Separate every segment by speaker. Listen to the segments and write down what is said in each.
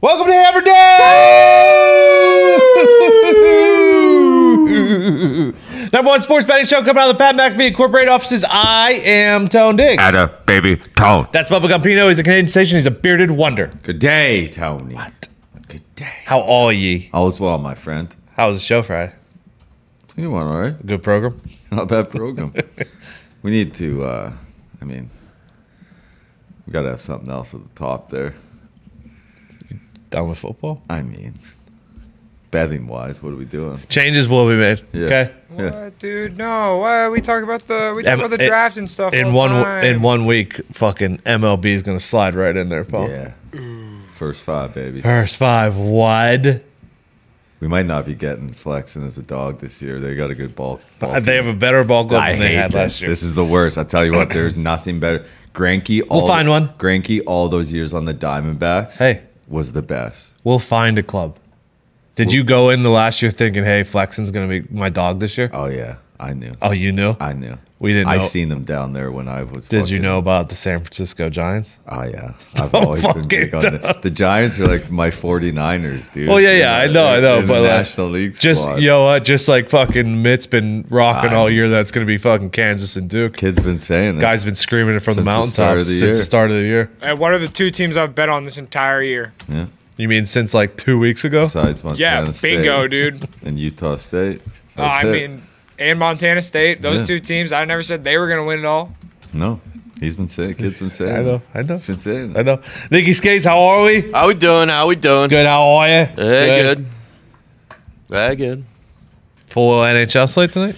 Speaker 1: Welcome to Hammer Day! Number one sports betting show coming out of the Pat McAfee Incorporated offices. I am Tone Diggs.
Speaker 2: At a baby tone.
Speaker 1: That's Bubba Gumpino. He's a Canadian sensation. He's a bearded wonder.
Speaker 2: Good day, Tony. Good day.
Speaker 1: How all ye?
Speaker 2: All's well, my friend.
Speaker 1: How was the show Friday?
Speaker 2: You want all right?
Speaker 1: Good program.
Speaker 2: Not bad program. we need to. uh I mean, we got to have something else at the top there.
Speaker 1: Done with football.
Speaker 2: I mean, betting wise, what are we doing?
Speaker 1: Changes will be made.
Speaker 2: Yeah.
Speaker 1: Okay.
Speaker 2: Yeah.
Speaker 3: What, Uh, dude? No. Why we talk about the we talk
Speaker 1: Em-
Speaker 3: about the
Speaker 1: it-
Speaker 3: draft and stuff
Speaker 1: In
Speaker 3: all
Speaker 1: one
Speaker 3: the time.
Speaker 1: in one week, fucking MLB is gonna slide right in there, Paul.
Speaker 2: Yeah. First five, baby.
Speaker 1: First five wide.
Speaker 2: We might not be getting flexing as a dog this year. They got a good ball. ball
Speaker 1: Uh, They
Speaker 2: team.
Speaker 1: have a better ball club
Speaker 2: I
Speaker 1: than they
Speaker 2: hate
Speaker 1: had
Speaker 2: this.
Speaker 1: last year.
Speaker 2: This is the worst. I tell you what, there's nothing better. Granky. All,
Speaker 1: We'll find one.
Speaker 2: Granky, all those years on the Diamondbacks.
Speaker 1: Hey.
Speaker 2: was the best.
Speaker 1: We'll find a club. Did you go in the last year thinking, "Hey, Flexen's gonna be my dog this year"?
Speaker 2: Oh yeah, I knew.
Speaker 1: Oh, you knew.
Speaker 2: I knew.
Speaker 1: We didn't
Speaker 2: I
Speaker 1: know-
Speaker 2: seen them down there when I was.
Speaker 1: Did you
Speaker 2: fucking-
Speaker 1: know about the San Francisco Giants?
Speaker 2: Oh yeah, I've
Speaker 1: Don't
Speaker 2: always been
Speaker 1: fucking
Speaker 2: big on the,
Speaker 1: tell.
Speaker 2: the Giants. Are like my 49ers, dude.
Speaker 1: Oh yeah,
Speaker 2: They're
Speaker 1: yeah, I
Speaker 2: the-
Speaker 1: know, I
Speaker 2: they're
Speaker 1: know,
Speaker 2: the
Speaker 1: but like,
Speaker 2: National League.
Speaker 1: just
Speaker 2: squad.
Speaker 1: you know what? Just like fucking Mitt's been rocking
Speaker 2: I-
Speaker 1: all year. That's gonna be fucking Kansas and Duke.
Speaker 2: kid's been saying that.
Speaker 1: Guys been screaming it from the
Speaker 2: Since the start
Speaker 1: mountaintops
Speaker 2: of the
Speaker 1: since
Speaker 2: year.
Speaker 1: the start of the year.
Speaker 3: Uh, what are the two teams I've bet on this entire year?
Speaker 1: You mean since like two weeks ago?
Speaker 2: besides Montana
Speaker 3: Yeah, bingo,
Speaker 2: State
Speaker 3: dude.
Speaker 2: and Utah State.
Speaker 3: Uh, I
Speaker 2: That's it.
Speaker 3: mean, and Montana State. Those
Speaker 2: Yeah.
Speaker 3: two teams. I never said they were gonna win it all.
Speaker 2: no, he's been saying. Kid's been saying.
Speaker 1: I know, I
Speaker 2: that.
Speaker 1: know,
Speaker 2: He's been saying.
Speaker 1: I know.
Speaker 2: that.
Speaker 1: Nikki Skates, how are we?
Speaker 4: How we doing? How we doing?
Speaker 1: Good. How are you?
Speaker 4: Hey, good. Hey, Eh, good.
Speaker 1: Full NHL slate tonight.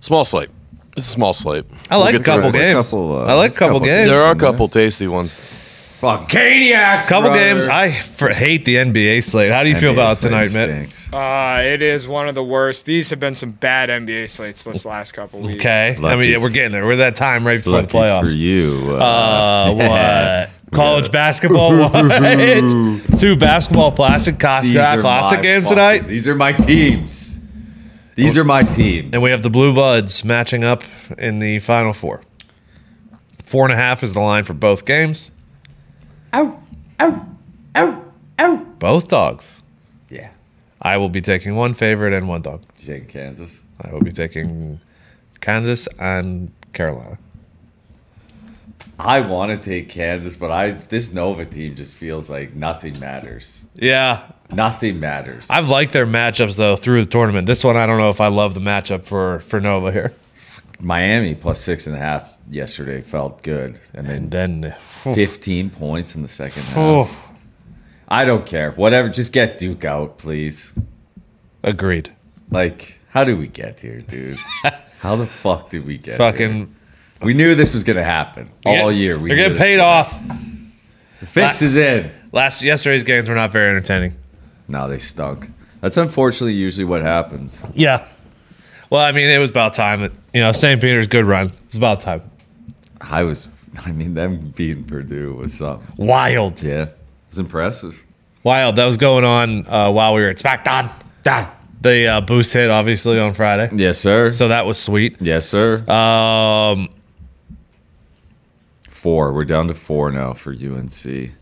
Speaker 4: Small slate. It's a small slate.
Speaker 1: I like a
Speaker 4: get through
Speaker 1: couple
Speaker 4: it.
Speaker 2: There's a
Speaker 1: games.
Speaker 2: couple, uh,
Speaker 1: I like a
Speaker 2: there's a
Speaker 1: couple,
Speaker 2: couple
Speaker 1: games.
Speaker 4: There are a
Speaker 2: in there.
Speaker 4: couple tasty ones.
Speaker 2: Fuck, Caniacs.
Speaker 1: couple
Speaker 2: brother.
Speaker 1: games. I fr- hate the NBA slate. How do you feel
Speaker 2: NBA
Speaker 1: about
Speaker 2: slate
Speaker 1: tonight, Mitt?
Speaker 2: stinks.
Speaker 3: Uh, it is one of the worst. These have been some bad NBA slates this last couple weeks.
Speaker 1: Okay. I mean,
Speaker 2: Lucky-
Speaker 1: yeah, we're getting there. We're that time right before
Speaker 2: Lucky
Speaker 1: the playoffs.
Speaker 2: for you.
Speaker 1: Uh, what? College basketball. What? Two basketball classic class- classic
Speaker 2: my
Speaker 1: games
Speaker 2: fucking-
Speaker 1: tonight.
Speaker 2: These are my teams. These are my teams.
Speaker 1: And we have the Blue Buds matching up in the Final Four. Four and a half is the line for both games. Ow, ow, ow, ow. Both dogs.
Speaker 2: yeah.
Speaker 1: I will be taking one favorite and one dog.
Speaker 2: Jake Kansas.
Speaker 1: I will be taking Kansas and Carolina.
Speaker 2: I want to take Kansas, but I this Nova team just feels like nothing matters.
Speaker 1: Yeah.
Speaker 2: Nothing matters.
Speaker 1: I've liked their matchups though through the tournament. This one I don't know if I love the matchup for for Nova here.
Speaker 2: Miami plus six and a half yesterday felt good, and then
Speaker 1: And then
Speaker 2: fifteen points in the second half.
Speaker 1: oh,
Speaker 2: I don't care. Whatever. Just get Duke out, please.
Speaker 1: agreed.
Speaker 2: Like, how did we get here, dude? how the fuck did we get here?
Speaker 1: Fucking
Speaker 2: We knew this was gonna happen all year. We
Speaker 1: They're
Speaker 2: knew
Speaker 1: getting
Speaker 2: this
Speaker 1: paid
Speaker 2: was-
Speaker 1: off.
Speaker 2: The fix is in.
Speaker 1: Last yesterday's games were not very entertaining.
Speaker 2: No, they stunk. That's unfortunately usually what happens.
Speaker 1: Yeah. Well, I mean, it was about time. That, you know, St. Peter's good run. It was about time.
Speaker 2: I was, I mean, them beating Purdue was something.
Speaker 1: Wild,
Speaker 2: Yeah, it's impressive.
Speaker 1: wild. That was going on uh, while we were at SmackDown. The uh, boost hit obviously on Friday,
Speaker 2: Yes, sir.
Speaker 1: so that was sweet.
Speaker 2: yes, sir.
Speaker 1: Um,
Speaker 2: four. We're down to four now for UNC.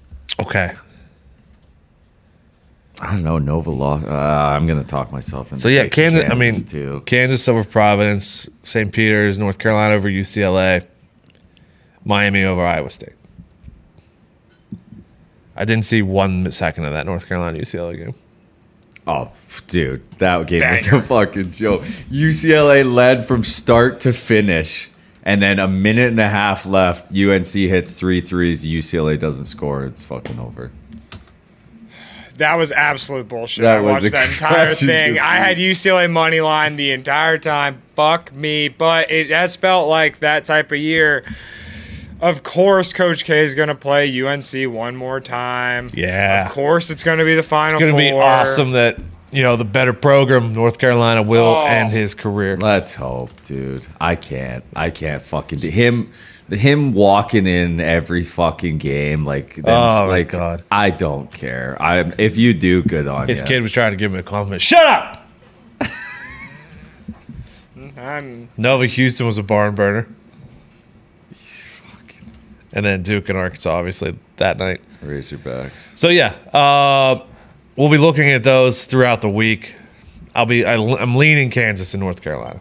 Speaker 1: okay.
Speaker 2: I don't know. Nova lost. Uh, I'm gonna talk myself into.
Speaker 1: So yeah,
Speaker 2: taking
Speaker 1: Kansas. I mean,
Speaker 2: too.
Speaker 1: Kansas over Providence, St. Peter's, North Carolina over UCLA, Miami over Iowa State. I didn't see one second of that North Carolina UCLA game.
Speaker 2: Oh, dude, that game was a fucking joke. UCLA led from start to finish, and then a minute and a half left. UNC hits three threes. UCLA doesn't score. It's fucking over.
Speaker 3: That was absolute bullshit.
Speaker 2: That
Speaker 3: I
Speaker 2: was a
Speaker 3: watched that entire
Speaker 2: crashing
Speaker 3: thing. I had UCLA money line the entire time. Fuck me. But it has felt like that type of year. Of course, Coach K is going to play UNC one more time.
Speaker 1: Yeah.
Speaker 3: Of course, it's going to be the final.
Speaker 1: It's going to be
Speaker 3: four.
Speaker 1: awesome that you know the better program North Carolina will
Speaker 3: Oh.
Speaker 1: end his career.
Speaker 2: Let's hope, dude. I can't. I can't fucking do him. Him walking in every fucking game like them,
Speaker 1: Oh, my
Speaker 2: like
Speaker 1: God.
Speaker 2: I don't care. I am if you do good on
Speaker 1: His
Speaker 2: ya.
Speaker 1: kid was trying to give him a compliment. Shut up.
Speaker 3: I'm
Speaker 1: Nova Houston was a barn burner,
Speaker 2: Fucking-
Speaker 1: and then Duke and Arkansas. Obviously, that night.
Speaker 2: Razorbacks.
Speaker 1: So yeah, uh, we'll be looking at those throughout the week. I'll be I, I'm leaning Kansas and North Carolina.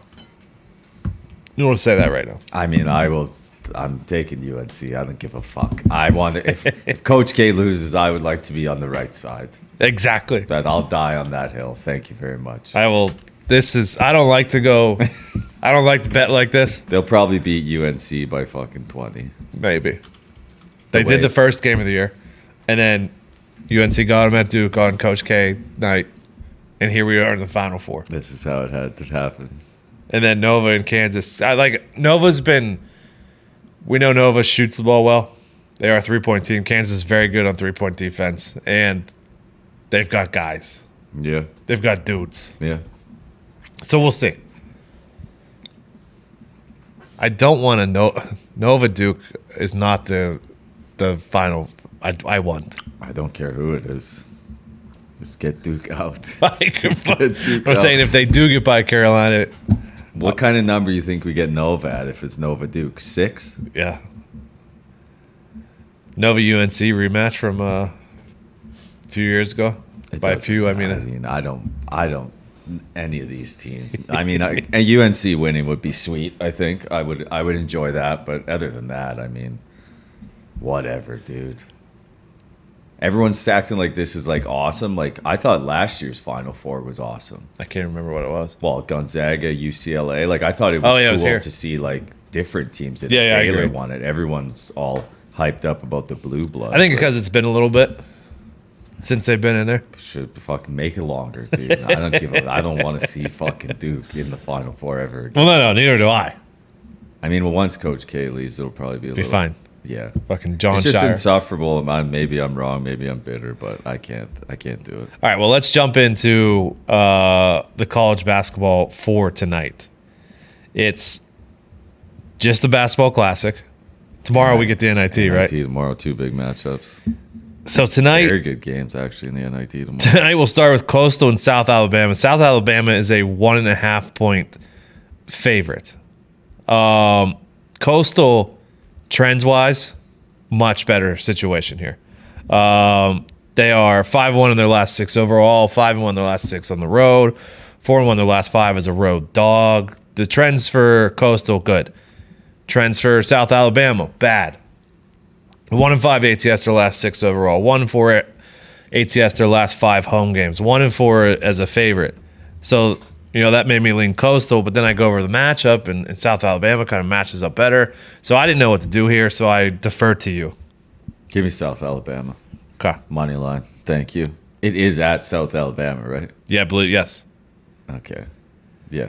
Speaker 1: You want to say that right now?
Speaker 2: I mean, I will. I'm taking UNC. I don't give a fuck. I want to, if, if Coach K loses, I would like to be on the right side.
Speaker 1: Exactly.
Speaker 2: But I'll die on that hill. Thank you very much.
Speaker 1: I will. This is I don't like to go. I don't like to bet like this.
Speaker 2: They'll probably beat UNC by fucking 20.
Speaker 1: Maybe they
Speaker 2: wait.
Speaker 1: did the first game of the year, and then UNC got them at Duke on Coach K night, and here we are in the Final Four.
Speaker 2: This is how it had to happen.
Speaker 1: and then Nova in Kansas. I like Nova's been. We know Nova shoots the ball well. They are a three point team. Kansas is very good on three point defense, and they've got guys.
Speaker 2: Yeah.
Speaker 1: They've got dudes.
Speaker 2: Yeah.
Speaker 1: So we'll see. I don't want to know. Nova Duke is not the the final. I, I want.
Speaker 2: I don't care who it is. Just get Duke out.
Speaker 1: Like, I'm
Speaker 2: Duke out.
Speaker 1: saying if they do get by Carolina,
Speaker 2: What kind of number you think we get Nova at if it's Nova Duke? Six?
Speaker 1: yeah. Nova UNC rematch from uh, a few years ago.
Speaker 2: It
Speaker 1: By a
Speaker 2: doesn't-
Speaker 1: few, I mean, uh,
Speaker 2: I mean, I don't, I don't, any of these teams. I mean, I, and UNC winning would be sweet. I think I would, I would enjoy that. But other than that, I mean, whatever, dude. Everyone's acting like this is like awesome. Like I thought last year's Final Four was awesome.
Speaker 1: I can't remember what it was.
Speaker 2: Well, Gonzaga, UCLA. Like I thought it was
Speaker 1: Oh, yeah, it
Speaker 2: cool
Speaker 1: was here.
Speaker 2: to see like different teams that
Speaker 1: Yeah, yeah, I
Speaker 2: Baylor
Speaker 1: agree.
Speaker 2: won it. Everyone's all hyped up about the blue blood.
Speaker 1: I think because it's been a little bit since they've been in there.
Speaker 2: should fucking make it longer, dude. I don't give a, I don't want to see fucking Duke in the final four ever. Again.
Speaker 1: Well, no, no, neither do I.
Speaker 2: I mean, well, once Coach K leaves, it'll probably be a
Speaker 1: Be
Speaker 2: little
Speaker 1: fine.
Speaker 2: Yeah,
Speaker 1: Fucking John
Speaker 2: it's just
Speaker 1: Shire.
Speaker 2: insufferable. and I, maybe I'm wrong. Maybe I'm bitter, but I can't. I can't do it.
Speaker 1: All right, well, let's jump into uh, the college basketball for tonight. It's just the basketball classic. Tomorrow we get the NIT,
Speaker 2: NIT
Speaker 1: right?
Speaker 2: tomorrow, two big matchups.
Speaker 1: So tonight,
Speaker 2: Very good games actually in the NIT tomorrow.
Speaker 1: tonight we'll start with Coastal and South Alabama. South Alabama is a one and a half point favorite. Um, Coastal trends wise, much better situation here. Um, they are five one in their last six overall, five and one in their last six on the road, four and one in their last five as a road dog. The trends for Coastal good. Trends for South Alabama bad. One and five ATS their last six overall. One and four A- ATS their last five home games. One and four as a favorite. So you know that made me lean coastal, but then I go over the matchup and, and South Alabama kind of matches up better. So I didn't know what to do here, so I defer to you.
Speaker 2: Give me South Alabama
Speaker 1: Okay.
Speaker 2: money line. Thank you. It is at South Alabama, right?
Speaker 1: Yeah, blue. Yes.
Speaker 2: Okay. Yeah,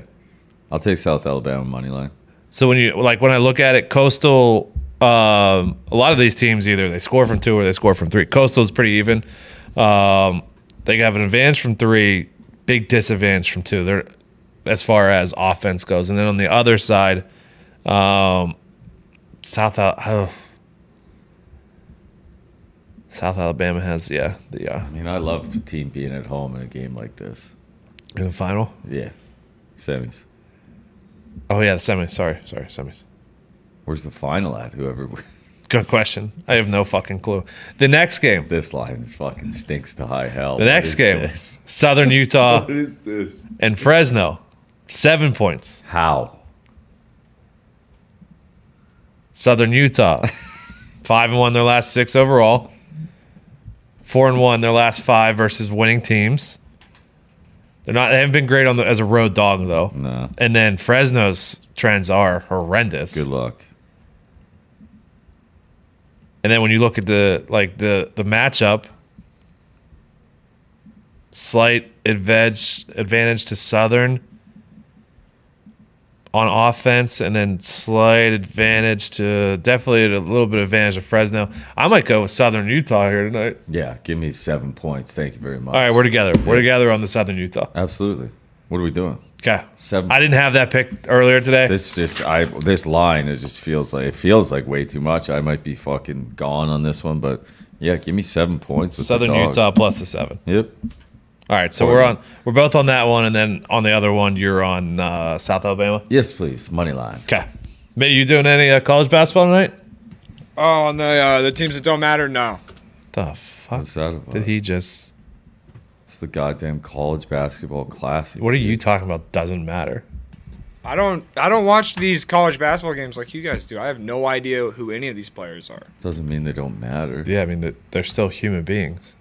Speaker 2: I'll take South Alabama money line.
Speaker 1: So when you like when I look at it, Coastal, um, a lot of these teams either they score from two or they score from three. Coastal is pretty even. Um, they have an advantage from three, big disadvantage from two. They're as far as offense goes, and then on the other side, um, South Al- oh. South Alabama has yeah the uh,
Speaker 2: I mean, I love the team being at home in a game like this.
Speaker 1: in the final.
Speaker 2: Yeah, semis.
Speaker 1: Oh yeah, the semis. Sorry, sorry, semis.
Speaker 2: Where's the final at? Whoever wins.
Speaker 1: Good question. I have no fucking clue. The next game.
Speaker 2: this line is fucking stinks to high hell.
Speaker 1: The next game,
Speaker 2: This?
Speaker 1: Southern Utah
Speaker 2: What is this?
Speaker 1: and Fresno, seven points.
Speaker 2: How?
Speaker 1: Southern Utah, five and one their last six overall. Four and one their last five versus winning teams. They're not. They haven't been great on the as a road dog though.
Speaker 2: No.
Speaker 1: And then Fresno's trends are horrendous.
Speaker 2: Good luck.
Speaker 1: And then when you look at the like the the matchup, slight advantage advantage to Southern on offense, and then slight advantage to definitely a little bit of advantage to Fresno. I might go with Southern Utah here tonight.
Speaker 2: Yeah, give me seven points. Thank you very much.
Speaker 1: All right, we're together. We're together on the Southern Utah.
Speaker 2: absolutely. What are we doing?
Speaker 1: Okay.
Speaker 2: Seven.
Speaker 1: I didn't have that pick earlier today.
Speaker 2: This just I this line it just feels like it feels like way too much. I might be fucking gone on this one, but yeah, give me seven points. With the
Speaker 1: Southern
Speaker 2: dog.
Speaker 1: Utah plus the seven.
Speaker 2: Yep.
Speaker 1: All right, so
Speaker 2: Or-
Speaker 1: we're on. We're both on that one, and then on the other one, you're on uh, South Alabama.
Speaker 2: Yes, please. Money line.
Speaker 1: Okay. Mate, you doing any uh, college basketball tonight?
Speaker 3: Oh, and the uh, the teams that don't matter. No,
Speaker 1: The fuck
Speaker 2: What's that about?
Speaker 1: did he just?
Speaker 2: It's the goddamn college basketball classic.
Speaker 1: What are you talking about? Doesn't matter.
Speaker 3: I don't. I don't watch these college basketball games like you guys do. I have no idea who any of these players are.
Speaker 2: Doesn't mean they don't matter.
Speaker 1: Yeah, I mean that they're still human beings.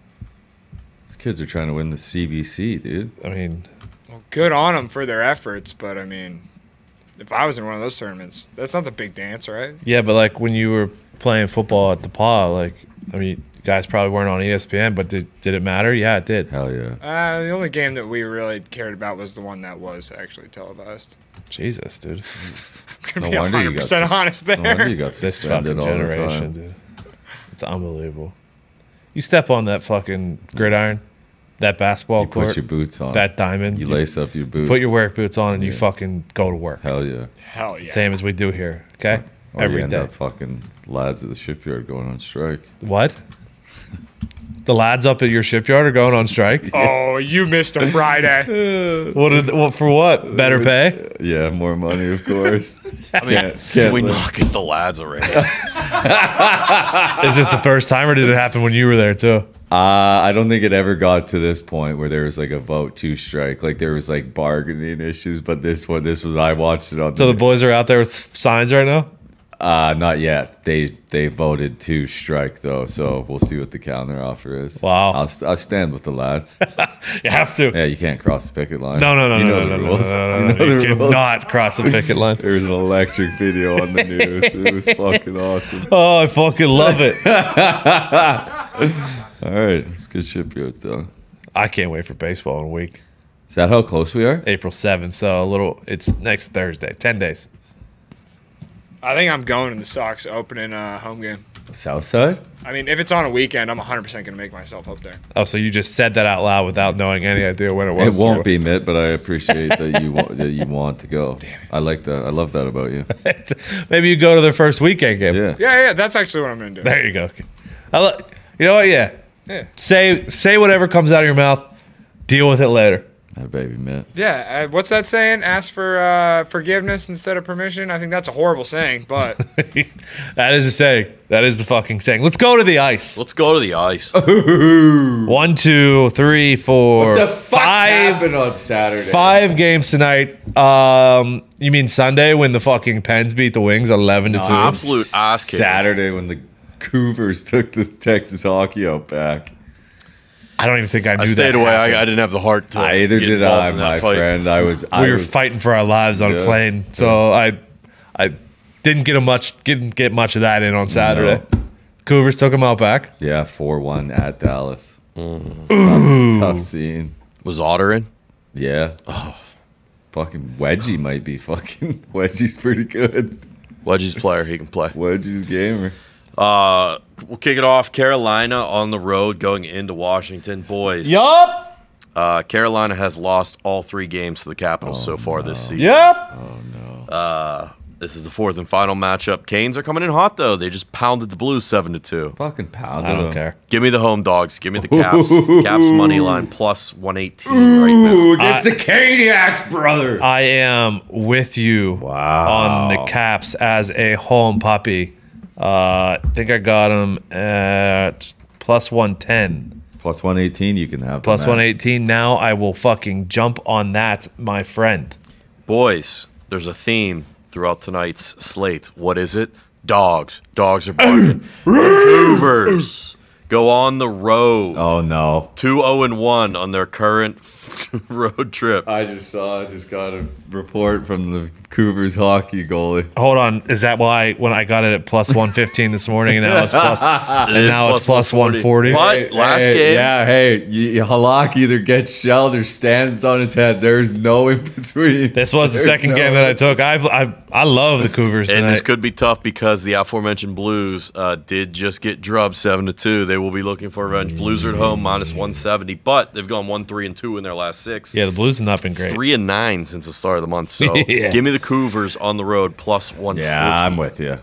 Speaker 2: These kids are trying to win the CBC, dude.
Speaker 1: I mean,
Speaker 3: Well, good on them for their efforts, but I mean, if I was in one of those tournaments, that's not the big dance, right?
Speaker 1: yeah, but like when you were playing football at the pod, like I mean, you guys probably weren't on E ESPN, but did did it matter? Yeah, it did.
Speaker 2: Hell yeah.
Speaker 3: Uh, the only game that we really cared about was the one that was actually televised.
Speaker 1: Jesus, dude,
Speaker 3: Gonna be 100%
Speaker 2: sus-
Speaker 3: honest there.
Speaker 2: No wonder you got
Speaker 1: this
Speaker 2: suspended
Speaker 1: fucking
Speaker 2: all the
Speaker 1: generation,
Speaker 2: time.
Speaker 1: dude, it's unbelievable. You step on that fucking gridiron, that basketball
Speaker 2: You
Speaker 1: court,
Speaker 2: put your boots on.
Speaker 1: that diamond,
Speaker 2: you lace up your boots.
Speaker 1: put your work boots on, and you
Speaker 2: Yeah.
Speaker 1: fucking go to work.
Speaker 2: Hell yeah.
Speaker 3: Hell yeah.
Speaker 1: Same as we do here, okay?
Speaker 2: Or you
Speaker 1: Every
Speaker 2: end
Speaker 1: day.
Speaker 2: up fucking lads at the shipyard going on strike.
Speaker 1: What? The lads up at your shipyard are going on strike.
Speaker 3: Oh, you missed a Friday.
Speaker 1: What? Did, what for? What? Better
Speaker 2: Uh,
Speaker 1: pay?
Speaker 2: Yeah, more money, of course. I mean, can't,
Speaker 4: Can
Speaker 2: can't
Speaker 4: we
Speaker 2: live-
Speaker 4: knock it the lads already?
Speaker 1: Is this the first time, or did it happen when you were there too?
Speaker 2: Uh, I don't think it ever got to this point where there was like a vote to strike. Like there was like bargaining issues, but this one, this was I watched it on.
Speaker 1: So the boys are out there with signs right now.
Speaker 2: uh, not yet. They they voted to strike though, so we'll see what the counter offer is.
Speaker 1: Wow.
Speaker 2: I'll, st- I'll stand with the lads.
Speaker 1: You have to.
Speaker 2: yeah, you can't cross the picket line.
Speaker 1: No, no, no,
Speaker 2: you
Speaker 1: no,
Speaker 2: know
Speaker 1: no,
Speaker 2: the
Speaker 1: no, no,
Speaker 2: rules.
Speaker 1: no,
Speaker 2: You
Speaker 1: no,
Speaker 2: know
Speaker 1: no,
Speaker 2: the
Speaker 1: You
Speaker 2: rules.
Speaker 1: cannot cross the picket line.
Speaker 2: There was an electric video on the news. It was fucking awesome.
Speaker 1: Oh, I fucking love it.
Speaker 2: All right, it's good shipyard though.
Speaker 1: I can't wait for baseball in a week,
Speaker 2: Is that how close we are?
Speaker 1: April seventh. So a little. It's next Thursday. Ten days.
Speaker 3: I think I'm going to the Sox opening uh, home game.
Speaker 2: South side?
Speaker 3: I mean, if it's on a weekend, I'm 100% going to make myself up there.
Speaker 1: Oh, so you just said that out loud without knowing any idea when it was.
Speaker 2: it won't be Mitt, but I appreciate that you want that you want to go. I like that. I love that about you.
Speaker 1: Maybe you go to their first weekend game.
Speaker 2: Yeah.
Speaker 3: Yeah, yeah, that's actually what I'm going to do.
Speaker 1: There you go. I lo- you know what? Yeah.
Speaker 3: Yeah.
Speaker 1: Say say whatever comes out of your mouth. Deal with it later.
Speaker 2: That baby Mitt.
Speaker 3: Yeah, uh, what's that saying? Ask for uh, forgiveness instead of permission. I think that's a horrible saying, but
Speaker 1: that is the saying. That is the fucking saying. Let's go to the ice.
Speaker 4: Let's go to the ice.
Speaker 2: Oh,
Speaker 1: One, two, three, four, five,
Speaker 2: on Saturday?
Speaker 1: five games tonight. Um, you mean Sunday when the fucking Pens beat the Wings eleven to two?
Speaker 4: absolute ass kicking.
Speaker 2: Saturday when the Cougars took the Texas hockey out back.
Speaker 1: I don't even think I knew
Speaker 4: I
Speaker 1: that
Speaker 4: stayed away.
Speaker 1: happened.
Speaker 4: I, I didn't have the heart to.
Speaker 2: Either
Speaker 4: get
Speaker 2: did
Speaker 4: involved
Speaker 2: I,
Speaker 4: in that
Speaker 2: my
Speaker 4: fight.
Speaker 2: friend. I was. I
Speaker 1: we were
Speaker 2: was-
Speaker 1: fighting for our lives on a
Speaker 2: Yeah.
Speaker 1: plane, so I, I didn't get a much didn't get much of that in on Saturday. Cougars took them out back.
Speaker 2: Yeah, four one at Dallas.
Speaker 1: Mm.
Speaker 2: Tough, tough scene.
Speaker 4: Was Otter in?
Speaker 2: Yeah. Oh. Fucking Wedgie might be fucking Wedgie's pretty good.
Speaker 4: Wedgie's player. He can play.
Speaker 2: Wedgie's gamer.
Speaker 4: Uh, we'll kick it off. Carolina on the road going into Washington. Boys.
Speaker 1: Yup.
Speaker 4: Uh, Carolina has lost all three games to the Capitals so
Speaker 2: Oh,
Speaker 4: far this season.
Speaker 1: Yup.
Speaker 4: This is the fourth and final matchup. Canes are coming in hot though. They just pounded the Blues seven to two.
Speaker 2: Fucking pounded
Speaker 1: I don't
Speaker 2: him.
Speaker 1: care.
Speaker 4: Give me the home dogs. Give me the Caps. Caps money line plus one eighteen right now.
Speaker 2: Ooh, it's the Caniacs, brother.
Speaker 1: I am with you on the Caps as a home puppy. Uh, I think I got them at plus 110,
Speaker 2: Plus 118, you can have.
Speaker 1: plus
Speaker 2: them at.
Speaker 1: 118. Now I will fucking jump on that, my friend.
Speaker 4: Boys, there's a theme throughout tonight's slate. What is it? Dogs. Dogs are barking. Hoovers go on the road.
Speaker 2: Oh, no.
Speaker 4: Two zero and one on their current road trip.
Speaker 2: I just saw, I just got a report from the Cougars hockey goalie.
Speaker 1: Hold on. Is that why when I got it at plus 115 this morning and now it's plus, and
Speaker 4: is
Speaker 1: now it's
Speaker 4: plus
Speaker 1: plus
Speaker 4: 140.
Speaker 1: 140?
Speaker 4: What? Last
Speaker 2: hey,
Speaker 4: game?
Speaker 2: Yeah, hey, y- y- Halak either gets shelled or stands on his head. There's no in between.
Speaker 1: This was the
Speaker 2: There's
Speaker 1: second
Speaker 2: no-
Speaker 1: game that I took. I I, I love the Cougars.
Speaker 4: And
Speaker 1: tonight.
Speaker 4: this could be tough because the aforementioned Blues uh, did just get drubbed seven to two. They will be looking for revenge. Blues are at home minus one seventy, but they've gone one three and two in their last six.
Speaker 1: yeah, the Blues have not been great.
Speaker 4: Three and nine since the start of the month. So
Speaker 1: Yeah.
Speaker 4: give me the Cougars on the road plus one.
Speaker 2: Yeah, I'm with you.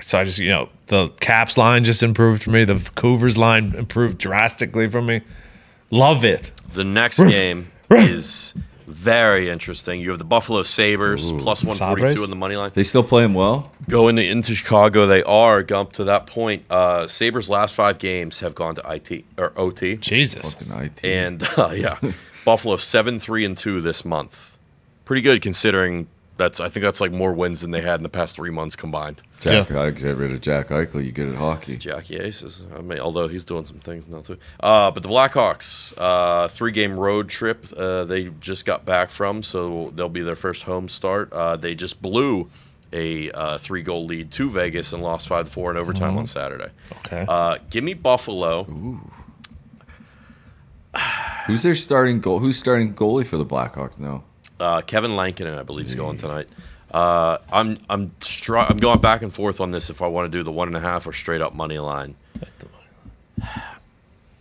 Speaker 1: So I just, you know, the Caps line just improved for me. The Cougars line improved drastically for me. Love it.
Speaker 4: The next game is Very interesting. You have the Buffalo Sabres plus 142
Speaker 1: Sabres?
Speaker 4: on the money line.
Speaker 2: They still play him well.
Speaker 4: Going to, into Chicago, they are. Gump, to that point, uh, Sabres' last five games have gone to IT or OT.
Speaker 1: Jesus.
Speaker 4: And uh, yeah, Buffalo 7 3 and 2 this month. Pretty good considering that's, I think that's like more wins than they had in the past three months combined.
Speaker 2: Jack, I get rid of Jack Eichel. You get at hockey.
Speaker 4: Jackie Aces. I mean, although he's doing some things now too. Uh, but the Blackhawks, uh, three-game road trip uh, they just got back from, so they'll be their first home start. Uh, they just blew a uh, three-goal lead to Vegas and lost five to four in overtime on Saturday.
Speaker 1: Okay.
Speaker 4: Uh, give me Buffalo.
Speaker 2: Who's their starting goal? Who's starting goalie for the Blackhawks now?
Speaker 4: Uh, Kevin Lankinen, I believe, is going tonight. Uh, I'm I'm str- I'm going back and forth on this if I want to do the one and a half or straight up money line.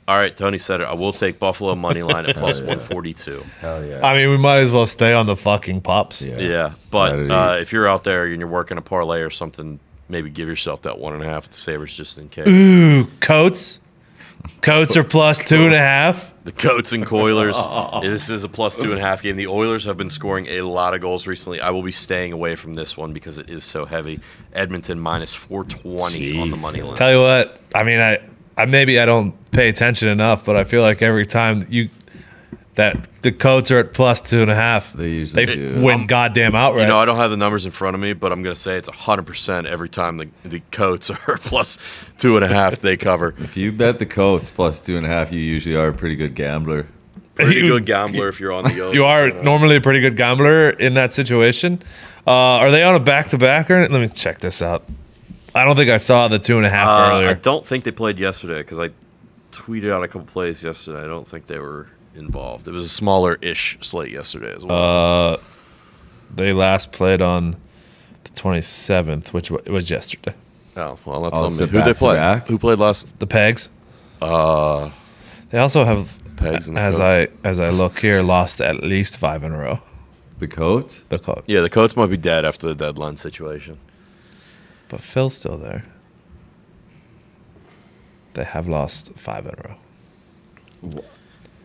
Speaker 4: All right, Tony said it. I will take Buffalo money line at plus
Speaker 2: yeah.
Speaker 4: 142.
Speaker 2: Hell Oh, yeah.
Speaker 1: I mean, we might as well stay on the fucking pups.
Speaker 2: Yeah.
Speaker 4: Yeah, but
Speaker 2: That'd
Speaker 4: uh,
Speaker 2: eat.
Speaker 4: if you're out there and you're working a parlay or something, maybe give yourself that one and a half at the Sabres just in case.
Speaker 1: Ooh, coats. Coats are plus two and a half.
Speaker 4: The Coats and Coilers.
Speaker 1: Oh.
Speaker 4: this is a plus two and a half game. The Oilers have been scoring a lot of goals recently. I will be staying away from this one because it is so heavy. Edmonton minus 420 on the
Speaker 2: Jeez.
Speaker 4: money line.
Speaker 1: Tell you what, I mean, I, I maybe I don't pay attention enough, but I feel like every time you that the coats are at plus two and a half,
Speaker 2: They usually
Speaker 1: they
Speaker 2: do. Um,
Speaker 1: win goddamn outright.
Speaker 4: You know, I don't have the numbers in front of me, but I'm going to say it's 100% every time the, the Coats are plus two and a half, they cover.
Speaker 2: If you bet the Colts plus two and a half, you usually are a pretty good gambler.
Speaker 4: Pretty good gambler if you're on the O's. Uh,
Speaker 1: you are normally a pretty good gambler in that situation. Uh, are they on a back to back or let me check this out? I don't think I saw the two and a half
Speaker 4: Uh, I
Speaker 1: earlier.
Speaker 4: don't think they played yesterday because I tweeted out a couple plays yesterday. I don't think they were involved. It was a smaller ish slate yesterday as well.
Speaker 1: They last played on the twenty seventh, which wa- was yesterday.
Speaker 4: oh, well, that's
Speaker 2: Oh,
Speaker 4: on
Speaker 2: is
Speaker 4: me.
Speaker 2: it
Speaker 4: Who they
Speaker 2: back to
Speaker 4: play?
Speaker 2: back?
Speaker 4: Who played last?
Speaker 1: The pegs. Uh, they also have
Speaker 4: Pegs and the
Speaker 1: as I
Speaker 4: Coats.
Speaker 1: as I look here lost at least five in a row.
Speaker 2: The Colts?
Speaker 1: The Colts.
Speaker 4: Yeah, the Coats might be dead after the deadline situation.
Speaker 1: but Phil's still there. They have lost five in a row.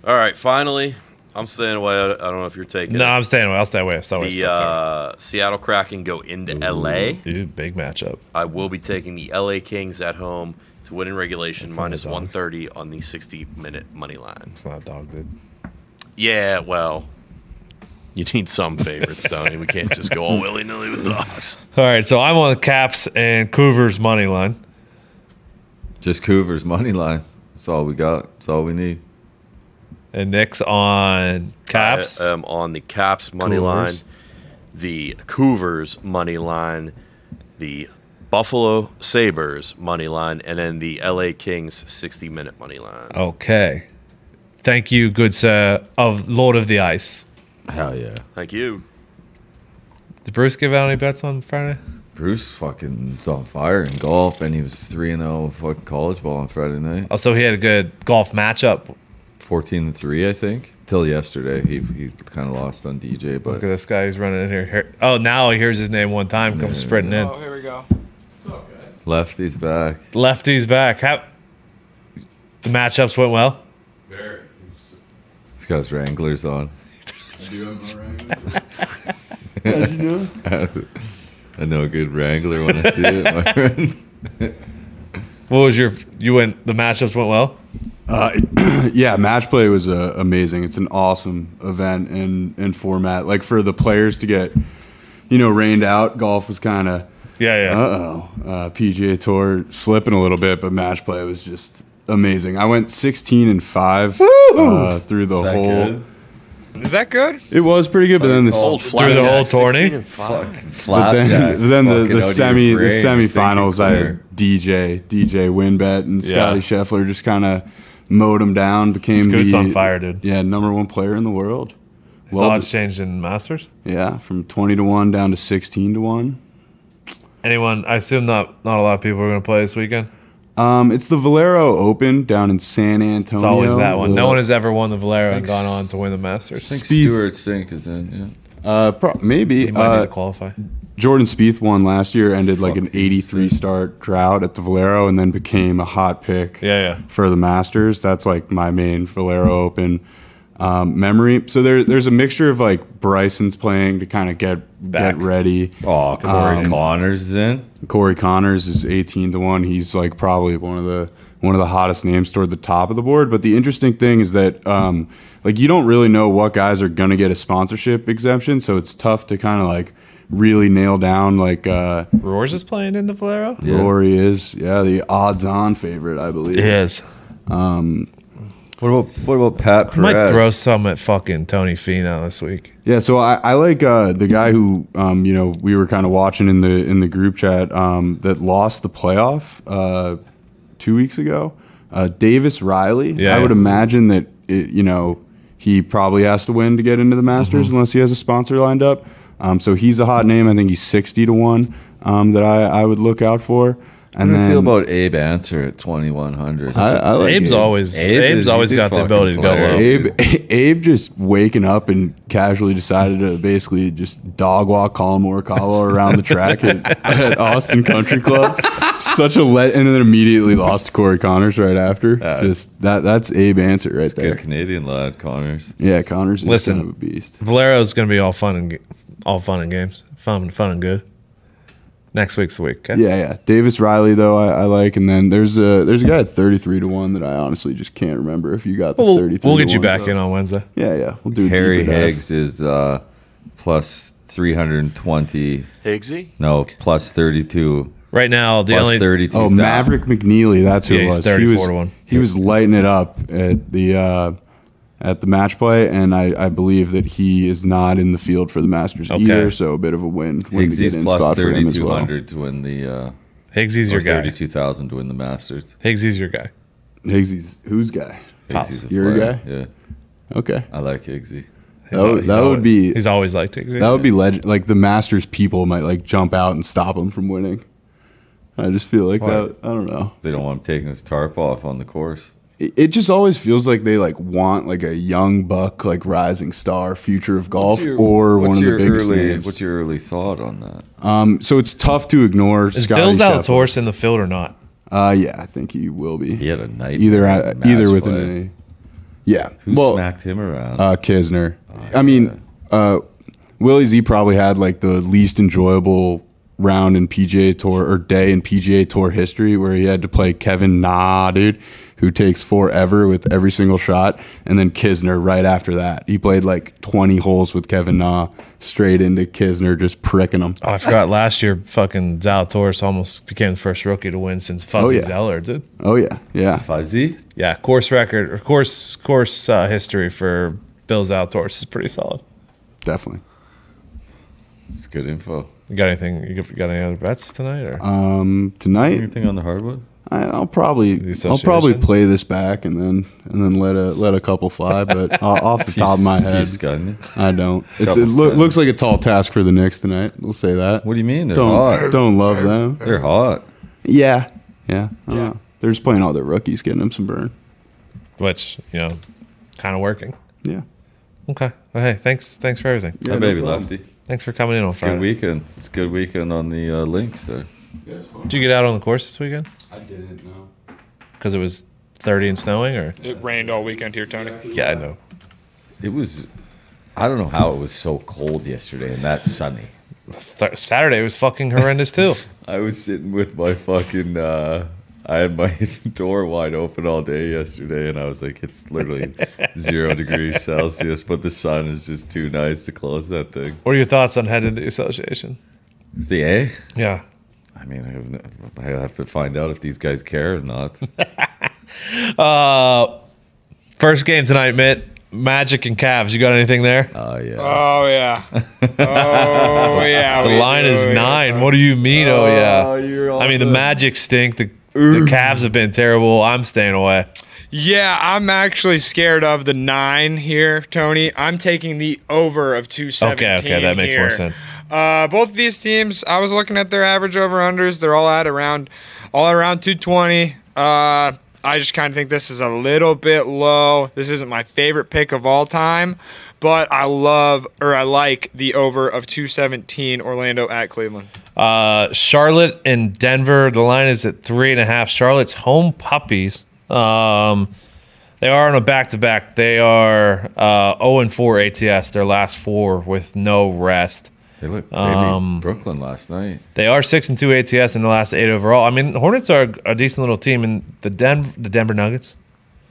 Speaker 4: All right, finally, I'm staying away. I I don't know if you're taking
Speaker 1: No,
Speaker 4: it.
Speaker 1: I'm staying away. I'll stay away. I'm staying away.
Speaker 4: the uh, Seattle Kraken go into LA.
Speaker 1: Ooh, big matchup.
Speaker 4: I will be taking the LA Kings at home to win in regulation minus 130 on the 60 minute money line.
Speaker 1: It's not a dog, dude.
Speaker 4: Yeah, well, you need some favorites, Tony. We can't just go all willy nilly with dogs.
Speaker 1: All right, so I'm on the Caps and Cougars money line.
Speaker 2: Just Coover's money line. That's all we got. That's all we need.
Speaker 1: And Nick's on Caps.
Speaker 4: I um, am on the Caps money line,
Speaker 2: Cougars.
Speaker 4: the Cougars money line, the Buffalo Sabres money line, and then the LA Kings 60 minute money line.
Speaker 1: okay. Thank you, good sir, of Lord of the Ice.
Speaker 2: Hell yeah.
Speaker 4: Thank you.
Speaker 1: Did Bruce give out any bets on Friday?
Speaker 2: Bruce fucking was on fire in golf, and he was 3 and 0 fucking college ball on Friday night.
Speaker 1: Also, Oh, he had a good golf matchup.
Speaker 2: 14 and 3, I think. Till yesterday. He, he kind of lost on DJ,
Speaker 1: Look at
Speaker 2: but
Speaker 1: this guy. He's running in here. Here- Oh, now he hears his name one time, comes sprinting in.
Speaker 3: Oh, here we go.
Speaker 2: lefty's back.
Speaker 1: Lefty's back. How- the matchups went well.
Speaker 2: He's got his Wranglers on. I know a good Wrangler when I see it, my friends.
Speaker 1: What was your? You went. The matchups went well.
Speaker 5: Uh, yeah, match play was uh, amazing. It's an awesome event and and format. Like for the players to get, you know, rained out. Golf was kind of
Speaker 1: Yeah, yeah.
Speaker 5: uh oh, uh, PGA Tour slipping a little bit, but match play was just amazing. I went 16 and five uh, through the
Speaker 2: That
Speaker 5: whole.
Speaker 2: good?
Speaker 3: Is that good?
Speaker 5: It was pretty good, but then the
Speaker 4: Old
Speaker 5: s-
Speaker 1: Through the whole
Speaker 4: flapjack, 16
Speaker 1: tourney?
Speaker 4: and five.
Speaker 5: but
Speaker 2: Flapjacks
Speaker 5: then, then the,
Speaker 2: fucking
Speaker 5: the
Speaker 2: out of your
Speaker 5: semi
Speaker 2: brain.
Speaker 5: the semifinals, I
Speaker 2: Thinking clear.
Speaker 5: had DJ DJ Winbet and Scotty Scheffler just kind of mowed him down. Became
Speaker 1: Scoot's
Speaker 5: the,
Speaker 1: on fire, dude.
Speaker 5: Yeah, number one player in the world.
Speaker 1: His odds changed in Masters.
Speaker 5: Yeah, from 20 to 1 down to 16 to 1.
Speaker 1: Anyone? I assume not. Not a lot of people are going to play this weekend.
Speaker 5: Um, it's the Valero Open down in San Antonio.
Speaker 1: It's always that one. No
Speaker 5: The-
Speaker 1: one has ever won the Valero and
Speaker 2: Thanks.
Speaker 1: gone on to win the
Speaker 2: I
Speaker 1: Masters.
Speaker 2: think
Speaker 5: Spieth.
Speaker 2: Stuart Sink is in. Yeah.
Speaker 5: uh, pro- maybe
Speaker 1: He might need
Speaker 5: uh,
Speaker 1: to qualify.
Speaker 5: Jordan Spieth won last year, ended like an
Speaker 2: Fuck,
Speaker 5: 83 start drought at the Valero, and then became a hot pick
Speaker 1: Yeah, yeah.
Speaker 5: for the Masters. That's like my main Valero Open. um, memory. So there, there's a mixture of like Bryson's playing to kind of get
Speaker 1: Back.
Speaker 5: get ready.
Speaker 2: Oh, Corey Connors is in.
Speaker 5: Corey Connors is 18 to 1. He's like probably one of the one of the hottest names toward the top of the board. But the interesting thing is that um, like you don't really know what guys are gonna get a sponsorship exemption, so it's tough to kind of like really nail down like uh
Speaker 1: Roars is playing in the Valero.
Speaker 5: Rory is. Yeah, the odds on favorite, I believe.
Speaker 1: is.
Speaker 2: What about what about Pat
Speaker 1: I might
Speaker 2: Perez?
Speaker 1: throw some at fucking Tony Fino this week.
Speaker 5: Yeah, so I, I like uh, the guy who um, you know we were kind of watching in the in the group chat um, that lost the playoff uh, two weeks ago, uh, Davis Riley.
Speaker 1: Yeah,
Speaker 5: I would
Speaker 1: yeah.
Speaker 5: imagine that it, you know he probably has to win to get into the Masters unless he has a sponsor lined up. Um, so he's a hot name. I think he's sixty to one um, that I, I would look out for.
Speaker 2: How
Speaker 5: And
Speaker 2: do you
Speaker 5: then
Speaker 2: feel about Abe Answer at 2100?
Speaker 5: I, I like
Speaker 1: Abe's
Speaker 5: Abe.
Speaker 1: always
Speaker 2: Abe
Speaker 1: Abe's
Speaker 2: is-
Speaker 1: always
Speaker 2: he's a
Speaker 1: got the
Speaker 2: fucking
Speaker 1: ability to go
Speaker 2: player.
Speaker 1: low.
Speaker 5: Abe, Abe just waking up and casually decided to basically just dog walk Colin Morikawa around the track at, at Austin Country Club. Such a let, and then immediately lost to Corey Connors right after.
Speaker 1: Uh,
Speaker 5: just that that's Abe answer right there.
Speaker 2: Good Canadian lad, Connors.
Speaker 5: Yeah, Connors is
Speaker 1: Listen.
Speaker 5: kind of a beast.
Speaker 1: Valero's gonna be all fun and ga- all fun and games, fun and fun and good. Next week's the week. Okay?
Speaker 5: Yeah, yeah. Davis Riley though I, I like, and then there's a there's a guy at thirty three to one that I honestly just can't remember if you got the
Speaker 1: we'll,
Speaker 5: thirty three.
Speaker 1: we'll get you back in on Wednesday.
Speaker 5: Yeah, yeah. We'll do a
Speaker 2: Harry
Speaker 5: deeper dive.
Speaker 2: Higgs is uh, plus 320.
Speaker 4: Higgsy?
Speaker 2: No, plus 32.
Speaker 1: Right now, the
Speaker 2: Plus
Speaker 1: only
Speaker 2: 32.
Speaker 5: Oh, Maverick McNeely, that's who
Speaker 1: Yeah,
Speaker 5: it
Speaker 1: he's
Speaker 5: was.
Speaker 1: 34
Speaker 5: he was,
Speaker 1: to one.
Speaker 5: He was lighting it up at the uh, at the match play, and I, I believe that he is not in the field for the Masters
Speaker 1: Okay.
Speaker 5: either. So a bit of a win. win to
Speaker 2: Higgsy's
Speaker 5: get in
Speaker 2: plus
Speaker 5: spot for him as well.
Speaker 2: 3,200 to win the. Uh,
Speaker 1: Higgsy's your
Speaker 2: or
Speaker 1: guy.
Speaker 2: 32,000 to win the Masters.
Speaker 1: Higgsy's your guy.
Speaker 5: Higgsy's who's guy?
Speaker 2: Higgsy's a
Speaker 5: Your
Speaker 2: player.
Speaker 5: guy?
Speaker 2: Yeah,
Speaker 5: Okay,
Speaker 2: I like Higgsy.
Speaker 1: He's
Speaker 5: That
Speaker 1: al-
Speaker 5: would-
Speaker 1: he's
Speaker 5: that would
Speaker 1: always-
Speaker 5: be-
Speaker 1: He's always liked Higgsy.
Speaker 5: that would be legend. Like the Masters people might like jump out and stop him from winning. I just feel like
Speaker 2: Why?
Speaker 5: that. I don't know.
Speaker 2: They don't want him taking his tarp off on the course.
Speaker 5: It, it just always feels like they like want like a young buck, like rising star, future of golf, or one of the biggest
Speaker 2: early,
Speaker 5: names.
Speaker 2: What's your early thought on that?
Speaker 5: Um, so it's tough to ignore.
Speaker 1: Is
Speaker 5: Scotty
Speaker 1: Bill
Speaker 5: Scheffler.
Speaker 1: Zalatoris in the field or not?
Speaker 5: Uh, yeah, I think he will be.
Speaker 2: He had a night.
Speaker 5: Either I, either with an A. Yeah.
Speaker 2: Who
Speaker 5: well,
Speaker 2: smacked him around?
Speaker 5: uh, Kisner. I mean, uh, Willie Z probably had like the least enjoyable round in PGA Tour or day in PGA Tour history, where he had to play Kevin Na, dude, who takes forever with every single shot, and then Kisner right after that. He played like twenty holes with Kevin Na, straight into Kisner, just pricking him.
Speaker 1: Oh, I forgot. last year, fucking Zalatoris almost became the first rookie to win since Fuzzy
Speaker 5: yeah.
Speaker 1: Zeller, dude.
Speaker 5: Oh yeah, yeah.
Speaker 2: Fuzzy?
Speaker 1: Yeah, course record or course course uh, history for Bill Zalatoris is pretty solid.
Speaker 5: Definitely.
Speaker 2: It's good info.
Speaker 1: You got anything? You got any other bets tonight? Or
Speaker 5: Um, tonight,
Speaker 2: Anything on the hardwood?
Speaker 5: I, I'll probably I'll probably
Speaker 1: association?
Speaker 5: play this back and then and then let a let a couple fly, but uh, off the top of my head,
Speaker 2: Keeps gunning.
Speaker 5: I don't. It's,
Speaker 2: Couple
Speaker 5: it loo-
Speaker 2: seven.
Speaker 5: looks like a tall task for the Knicks tonight. We'll say that.
Speaker 2: What do you mean? They're
Speaker 5: Don't
Speaker 2: hot.
Speaker 5: don't love them.
Speaker 2: They're hot.
Speaker 5: Yeah, yeah. I don't know. They're just playing all their rookies, getting them some burn.
Speaker 1: which you know, kind of working.
Speaker 5: Yeah.
Speaker 1: Okay. Well, hey, thanks. Thanks for everything.
Speaker 2: Hi,
Speaker 5: no
Speaker 2: baby
Speaker 5: problem.
Speaker 2: lefty.
Speaker 1: Thanks for coming in on
Speaker 2: Good
Speaker 1: Friday.
Speaker 2: weekend. It's a good weekend on the uh, links there.
Speaker 1: Did you get out on the course this weekend?
Speaker 5: I didn't know.
Speaker 1: Because it was 30 and snowing, or
Speaker 3: It rained all weekend here, Tony.
Speaker 1: yeah, I know.
Speaker 2: It was. I don't know how it was so cold yesterday and that's sunny.
Speaker 1: Th- Saturday was fucking horrendous too.
Speaker 2: I was sitting with my fucking. Uh, I had my door wide open all day yesterday, and I was like, it's literally zero degrees Celsius, but the sun is just too nice to close that thing.
Speaker 1: what are your thoughts on head of the association?
Speaker 2: The eh? A?
Speaker 1: Yeah.
Speaker 2: I mean, I have, no- I have to find out if these guys care or not.
Speaker 1: First game tonight, Mitt. Magic and Cavs. You got anything there?
Speaker 2: Oh, yeah.
Speaker 3: Oh yeah. Oh yeah.
Speaker 1: the
Speaker 3: we
Speaker 1: line
Speaker 3: do,
Speaker 1: is
Speaker 3: yeah.
Speaker 1: nine. What do you mean? Oh,
Speaker 2: Oh,
Speaker 1: yeah.
Speaker 2: you're
Speaker 1: I
Speaker 2: on
Speaker 1: mean, the
Speaker 2: the-
Speaker 1: Magic stink. The, the Cavs have been terrible. I'm staying away.
Speaker 3: Yeah, I'm actually scared of the nine here, Tony. I'm taking the over of two
Speaker 1: Okay,
Speaker 3: seventeen.
Speaker 1: okay, that makes more
Speaker 3: here.
Speaker 1: sense.
Speaker 3: Uh, both of these teams, I was looking at their average over unders. They're all at around, all at around 220. Uh, I just kind of think this is a little bit low. This isn't my favorite pick of all time, but I love or I like the over of 217 Orlando at Cleveland.
Speaker 1: Uh, Charlotte and Denver. The line is at three and a half. Charlotte's home puppies. Um, They are on a back to back. They are uh, 0 and 4 ATS, their last four with no rest.
Speaker 2: They look. They
Speaker 1: Um,
Speaker 2: beat Brooklyn last night.
Speaker 1: They are 6 and 2 ATS in the last eight overall. I mean, Hornets are a decent little team, and the, Den- the Denver Nuggets,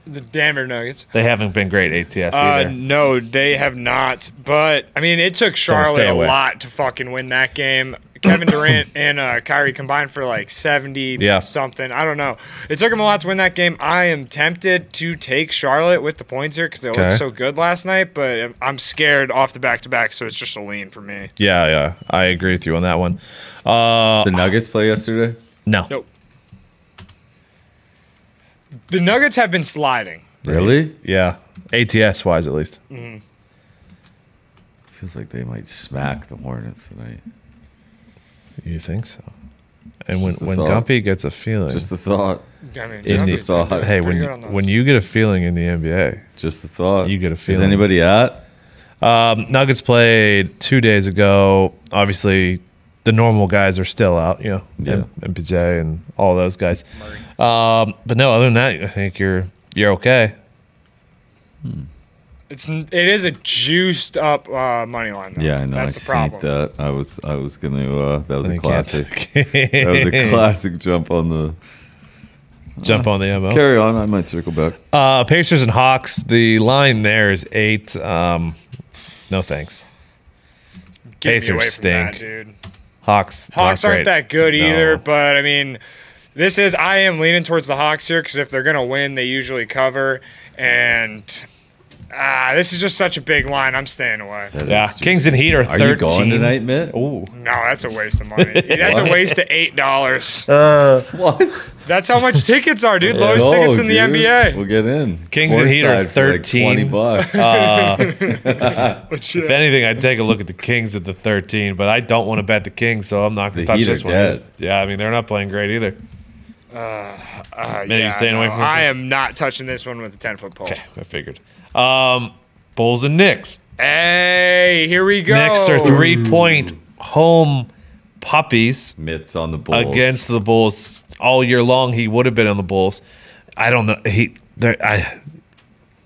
Speaker 3: The Denver Nuggets.
Speaker 1: they haven't been great ATS
Speaker 3: Uh,
Speaker 1: either.
Speaker 3: no, they have not. But I mean, it took
Speaker 1: Someone stay
Speaker 3: Charlotte a
Speaker 1: away.
Speaker 3: lot to fucking win that game. Kevin Durant and uh, Kyrie combined for like seventy
Speaker 1: Yeah.
Speaker 3: something. I don't know. It took them a lot to win that game. I am tempted to take Charlotte with the points here because they
Speaker 1: Okay.
Speaker 3: looked so good last night. But I'm scared off the back to back, so it's just a lean for me.
Speaker 1: Yeah, yeah. I agree with you on that one. Uh,
Speaker 2: The Nuggets play yesterday.
Speaker 1: no.
Speaker 3: Nope. The Nuggets have been sliding.
Speaker 2: Really?
Speaker 1: Yeah. ATS wise, at least.
Speaker 2: Feels like they might smack the Hornets tonight.
Speaker 1: You think so? And when,
Speaker 2: Just a
Speaker 1: when
Speaker 2: thought.
Speaker 1: Gumpy gets a feeling.
Speaker 2: Just a thought.
Speaker 3: I mean,
Speaker 1: in
Speaker 2: Just a
Speaker 1: the,
Speaker 3: Jokic-
Speaker 2: thought.
Speaker 1: hey,
Speaker 3: pretty
Speaker 1: when
Speaker 3: good on those.
Speaker 1: when you get a feeling in the NBA,
Speaker 2: Just a thought.
Speaker 1: You get a
Speaker 2: Is
Speaker 1: feeling.
Speaker 2: anybody at?
Speaker 1: um, Nuggets played two days ago. Obviously, the normal guys are still out, you know,
Speaker 2: Yeah.
Speaker 1: M- MPJ and all those guys. Um, but no, other than that, I think you're you're okay.
Speaker 3: It's n- it is a juiced up uh, money line. Though.
Speaker 2: Yeah, I know.
Speaker 3: That's
Speaker 2: I
Speaker 3: the
Speaker 2: seen
Speaker 3: problem.
Speaker 2: that. I was. I was gonna. Uh, that was
Speaker 1: I
Speaker 2: a
Speaker 1: think you can't-
Speaker 2: classic. that was a classic jump on the.
Speaker 1: Jump on the ML.
Speaker 2: Carry on. I might circle back.
Speaker 1: Uh, Pacers and Hawks. The line there is eight. Um, no thanks.
Speaker 3: Get me
Speaker 1: Pacers
Speaker 3: away from
Speaker 1: stink.
Speaker 3: that, dude.
Speaker 1: Hawks. not
Speaker 3: Hawks aren't
Speaker 1: great.
Speaker 3: that good
Speaker 1: No.
Speaker 3: either, but I mean, this is I am leaning towards the Hawks here because if they're gonna win, they usually cover, and ah, this is just such a big line. I'm staying away.
Speaker 2: That
Speaker 1: Yeah,
Speaker 2: is just-
Speaker 1: Kings and Heat are
Speaker 2: Are
Speaker 1: thirteen
Speaker 2: you going tonight, Mitt?
Speaker 1: Ooh,
Speaker 3: No, that's a waste of money. That's a waste of eight dollars.
Speaker 2: What?
Speaker 3: That's how much tickets are, dude. Lowest tickets in the
Speaker 2: Uh, dude.
Speaker 3: NBA.
Speaker 2: We'll get in.
Speaker 1: Kings and Heat are
Speaker 2: Courtside for like 20
Speaker 1: 13.
Speaker 2: bucks.
Speaker 1: If anything, I'd take a look at the Kings at the 13, but I don't want to bet the Kings, so I'm not going
Speaker 2: The
Speaker 1: to touch
Speaker 2: Heat are
Speaker 1: this one.
Speaker 2: dead.
Speaker 1: Yeah, I mean, they're not playing great either.
Speaker 3: Uh,
Speaker 1: Man, you staying away from this
Speaker 3: I
Speaker 1: one?
Speaker 3: am not touching this one with a ten foot pole.
Speaker 1: Okay, I figured. Um, Bulls and Knicks.
Speaker 3: Hey, here we go.
Speaker 1: Knicks are three point home puppies
Speaker 2: Mitts on the Bulls.
Speaker 1: against the Bulls all year long. He would have been on the Bulls. I don't know. He there. I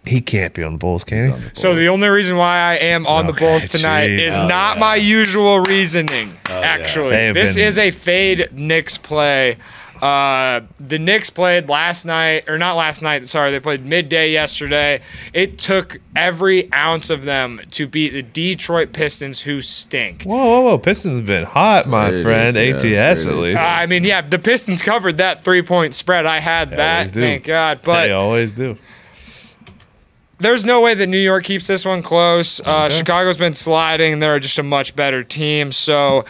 Speaker 1: he can't be on the Bulls, can he?
Speaker 2: on the Bulls.
Speaker 3: So the only reason why I am on the
Speaker 1: Okay, Oh,
Speaker 3: Bulls tonight is
Speaker 1: Jesus.
Speaker 3: not my usual reasoning. actually,
Speaker 1: Oh, They have
Speaker 3: this
Speaker 1: been-
Speaker 3: is a fade Knicks play. Uh, the Knicks played last night, or not last night. Sorry, they played midday yesterday. It took every ounce of them to beat the Detroit Pistons, who stink.
Speaker 1: Whoa, whoa, whoa! Pistons have been hot, my
Speaker 2: Great
Speaker 1: friend.
Speaker 2: ATS,
Speaker 1: ATS, at
Speaker 2: great
Speaker 1: least
Speaker 3: Uh, I mean, yeah, the Pistons covered that three-point spread. I had
Speaker 1: always
Speaker 3: that.
Speaker 1: do.
Speaker 3: Thank God.
Speaker 1: they
Speaker 3: But
Speaker 1: always do.
Speaker 3: there's no way that New York keeps this one close. Uh, Chicago's been sliding. They're just a much better team. So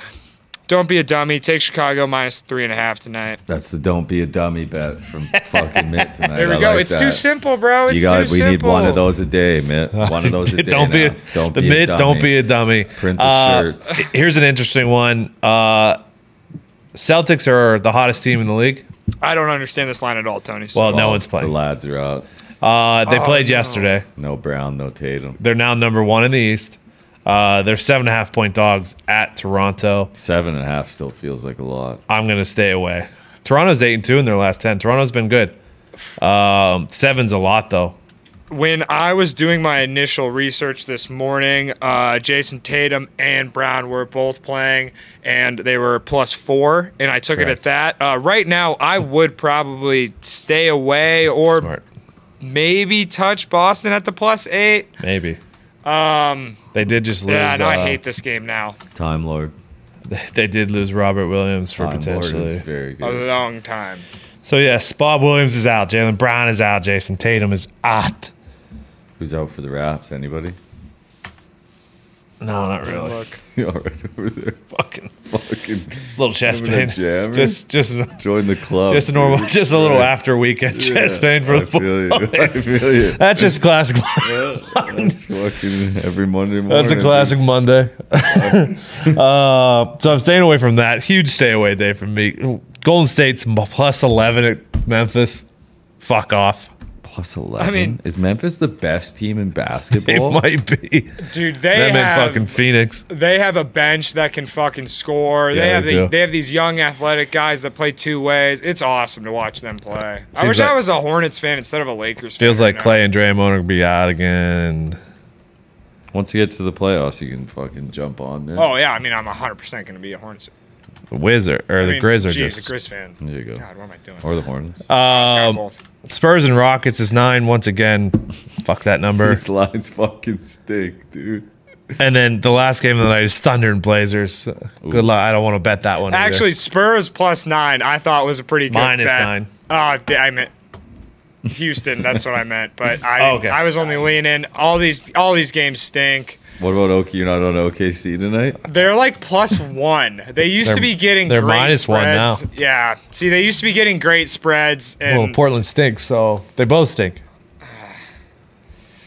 Speaker 3: don't be a dummy. Take Chicago minus three and a half tonight.
Speaker 2: That's the don't be a dummy bet from fucking Mitt tonight.
Speaker 3: There we
Speaker 2: I
Speaker 3: go.
Speaker 2: like
Speaker 3: it's
Speaker 2: that.
Speaker 3: too simple, bro. It's
Speaker 2: You got.
Speaker 3: too
Speaker 2: We
Speaker 3: simple.
Speaker 2: need one of those a day, Mitt. One of those a day.
Speaker 1: don't be
Speaker 2: now.
Speaker 1: a, the mid. Don't be a dummy.
Speaker 2: Print the
Speaker 1: Uh,
Speaker 2: shirts.
Speaker 1: Here's an interesting one. Uh, Celtics are the hottest team in the league.
Speaker 3: I don't understand this line at all, Tony. So
Speaker 1: Well, no
Speaker 2: Well,
Speaker 1: one's
Speaker 2: The
Speaker 1: playing.
Speaker 2: lads are out.
Speaker 1: Uh, they
Speaker 3: Oh,
Speaker 1: played
Speaker 3: no.
Speaker 1: yesterday.
Speaker 2: No Brown. No Tatum.
Speaker 1: They're now number one in the East. Uh, they're seven and a half point dogs at Toronto.
Speaker 2: Seven and a half still feels like a lot.
Speaker 1: I'm gonna stay away. Toronto's eight and two in their last ten. Toronto's been good. Um, seven's a lot though.
Speaker 3: when I was doing my initial research this morning, uh, Jason Tatum and Brown were both playing, and they were plus four, and I took
Speaker 1: Correct.
Speaker 3: it at that. Uh, right now, I would probably stay away or
Speaker 1: Smart,
Speaker 3: maybe touch Boston at the plus eight.
Speaker 1: maybe. Um, they did just lose.
Speaker 3: Yeah, no, I
Speaker 1: uh,
Speaker 3: hate this game now.
Speaker 2: Time Lord.
Speaker 1: They did lose Robert Williams for
Speaker 2: Time Lord
Speaker 1: potentially.
Speaker 2: is very
Speaker 3: A
Speaker 2: good.
Speaker 3: long time.
Speaker 1: So yes, Bob Williams is out. Jalen Brown is out. Jason Tatum is out.
Speaker 2: Who's out for the wraps? Anybody?
Speaker 1: No, not really.
Speaker 3: Look,
Speaker 2: You all right over there?
Speaker 1: Fucking
Speaker 2: Fucking
Speaker 1: little chest
Speaker 2: Remember
Speaker 1: pain.
Speaker 2: that jammer?
Speaker 1: Just, just,
Speaker 2: join the club.
Speaker 1: just a normal,
Speaker 2: dude.
Speaker 1: just a little after weekend
Speaker 2: Yeah,
Speaker 1: chest pain for
Speaker 2: I
Speaker 1: the
Speaker 2: feel you. I
Speaker 1: boys.
Speaker 2: feel you.
Speaker 1: That's just classic.
Speaker 2: Yeah, that's fucking every Monday morning.
Speaker 1: That's a classic Monday. uh, so I'm staying away from that. Huge stay away day for me. Golden State's m- plus 11 at Memphis. Fuck off.
Speaker 2: plus eleven.
Speaker 3: mean-
Speaker 2: is Memphis the best team in
Speaker 1: It
Speaker 2: basketball?
Speaker 1: might be.
Speaker 3: Dude, they
Speaker 1: That meant
Speaker 3: have
Speaker 1: fucking Phoenix.
Speaker 3: they have a bench that can fucking score. they
Speaker 2: Yeah,
Speaker 3: have
Speaker 2: they
Speaker 3: the,
Speaker 2: do.
Speaker 3: they have these young athletic guys that play two ways. It's awesome to watch them play. I
Speaker 1: Seems
Speaker 3: wish I
Speaker 1: like-
Speaker 3: was a Hornets fan instead of a Lakers fan.
Speaker 1: Feels like
Speaker 3: right now.
Speaker 1: Clay and Draymond will be out again.
Speaker 2: Once you get to the playoffs, you can fucking jump on there.
Speaker 3: Oh yeah, I mean I'm 100 percent going to be a Hornets.
Speaker 1: The Wizard or
Speaker 3: I
Speaker 1: the
Speaker 3: mean,
Speaker 1: Grizz are
Speaker 3: geez,
Speaker 1: just.
Speaker 3: a Grizz fan.
Speaker 2: There you go.
Speaker 3: God, what am I doing?
Speaker 2: Or the Hornets.
Speaker 1: Um,
Speaker 3: Both.
Speaker 1: Spurs and Rockets is nine once again. Fuck that number.
Speaker 2: These lines fucking stink, dude.
Speaker 1: and then the last game of the night is Thunder and Blazers. Good luck. I don't want to bet that one. either.
Speaker 3: Actually, Spurs plus nine, I thought was a pretty good
Speaker 1: Minus
Speaker 3: bet.
Speaker 1: nine.
Speaker 3: Oh, da- I meant Houston. That's what I meant. But I,
Speaker 1: Oh, Okay.
Speaker 3: I was only leaning. All these, all these games stink.
Speaker 2: What about OK? You're not on OKC tonight?
Speaker 3: They're like plus one. They used to
Speaker 1: They're-
Speaker 3: be getting
Speaker 1: they're
Speaker 3: great
Speaker 1: minus one
Speaker 3: spreads.
Speaker 1: now.
Speaker 3: Yeah. See, they used to be getting great spreads. And
Speaker 1: Well, Portland stinks, so they both stink.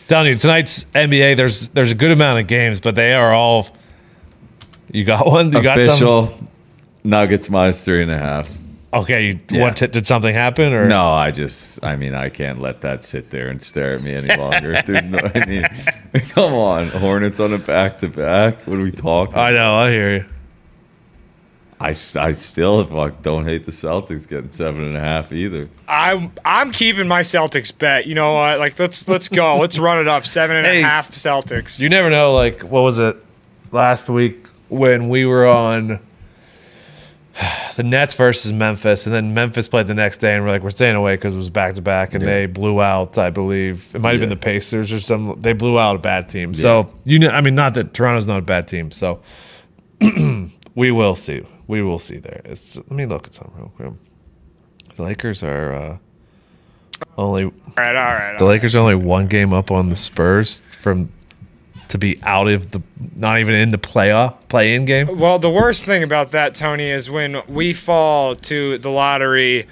Speaker 1: Telling you, tonight's NBA, there's there's a good amount of games, but they are all. You got one? You got some?
Speaker 2: Official Nuggets minus three and a half.
Speaker 1: Okay, you,
Speaker 2: Yeah.
Speaker 1: what t- did something happen or
Speaker 2: No, I just, I mean, I can't let that sit there and stare at me any longer. There's no, I mean, come on, Hornets on a back to back. What are we talking?
Speaker 1: I know, I hear you.
Speaker 2: I, s- I still fuck, don't hate the Celtics getting seven and a half either.
Speaker 3: I'm, I'm keeping my Celtics bet. You know what? Like, let's let's go. let's run it up. Seven and
Speaker 1: Hey.
Speaker 3: a half Celtics.
Speaker 1: You never know. Like, what was it last week when we were on the Nets versus Memphis, and then Memphis played the next day, and we're like, we're staying away because it was back to back, and they blew out. I believe it might have been
Speaker 2: Yeah.
Speaker 1: the Pacers or some. They blew out a bad team. So you know, I mean, not that Toronto's not a bad team. So we will see. We will see there. It's let me look at something real quick. The Lakers are uh, only
Speaker 3: all right, all right.
Speaker 1: the Lakers are only one game up on the Spurs from to be out of the not even in the playoff play in game.
Speaker 3: Well, the worst thing about that, Tony, is when we fall to the lottery.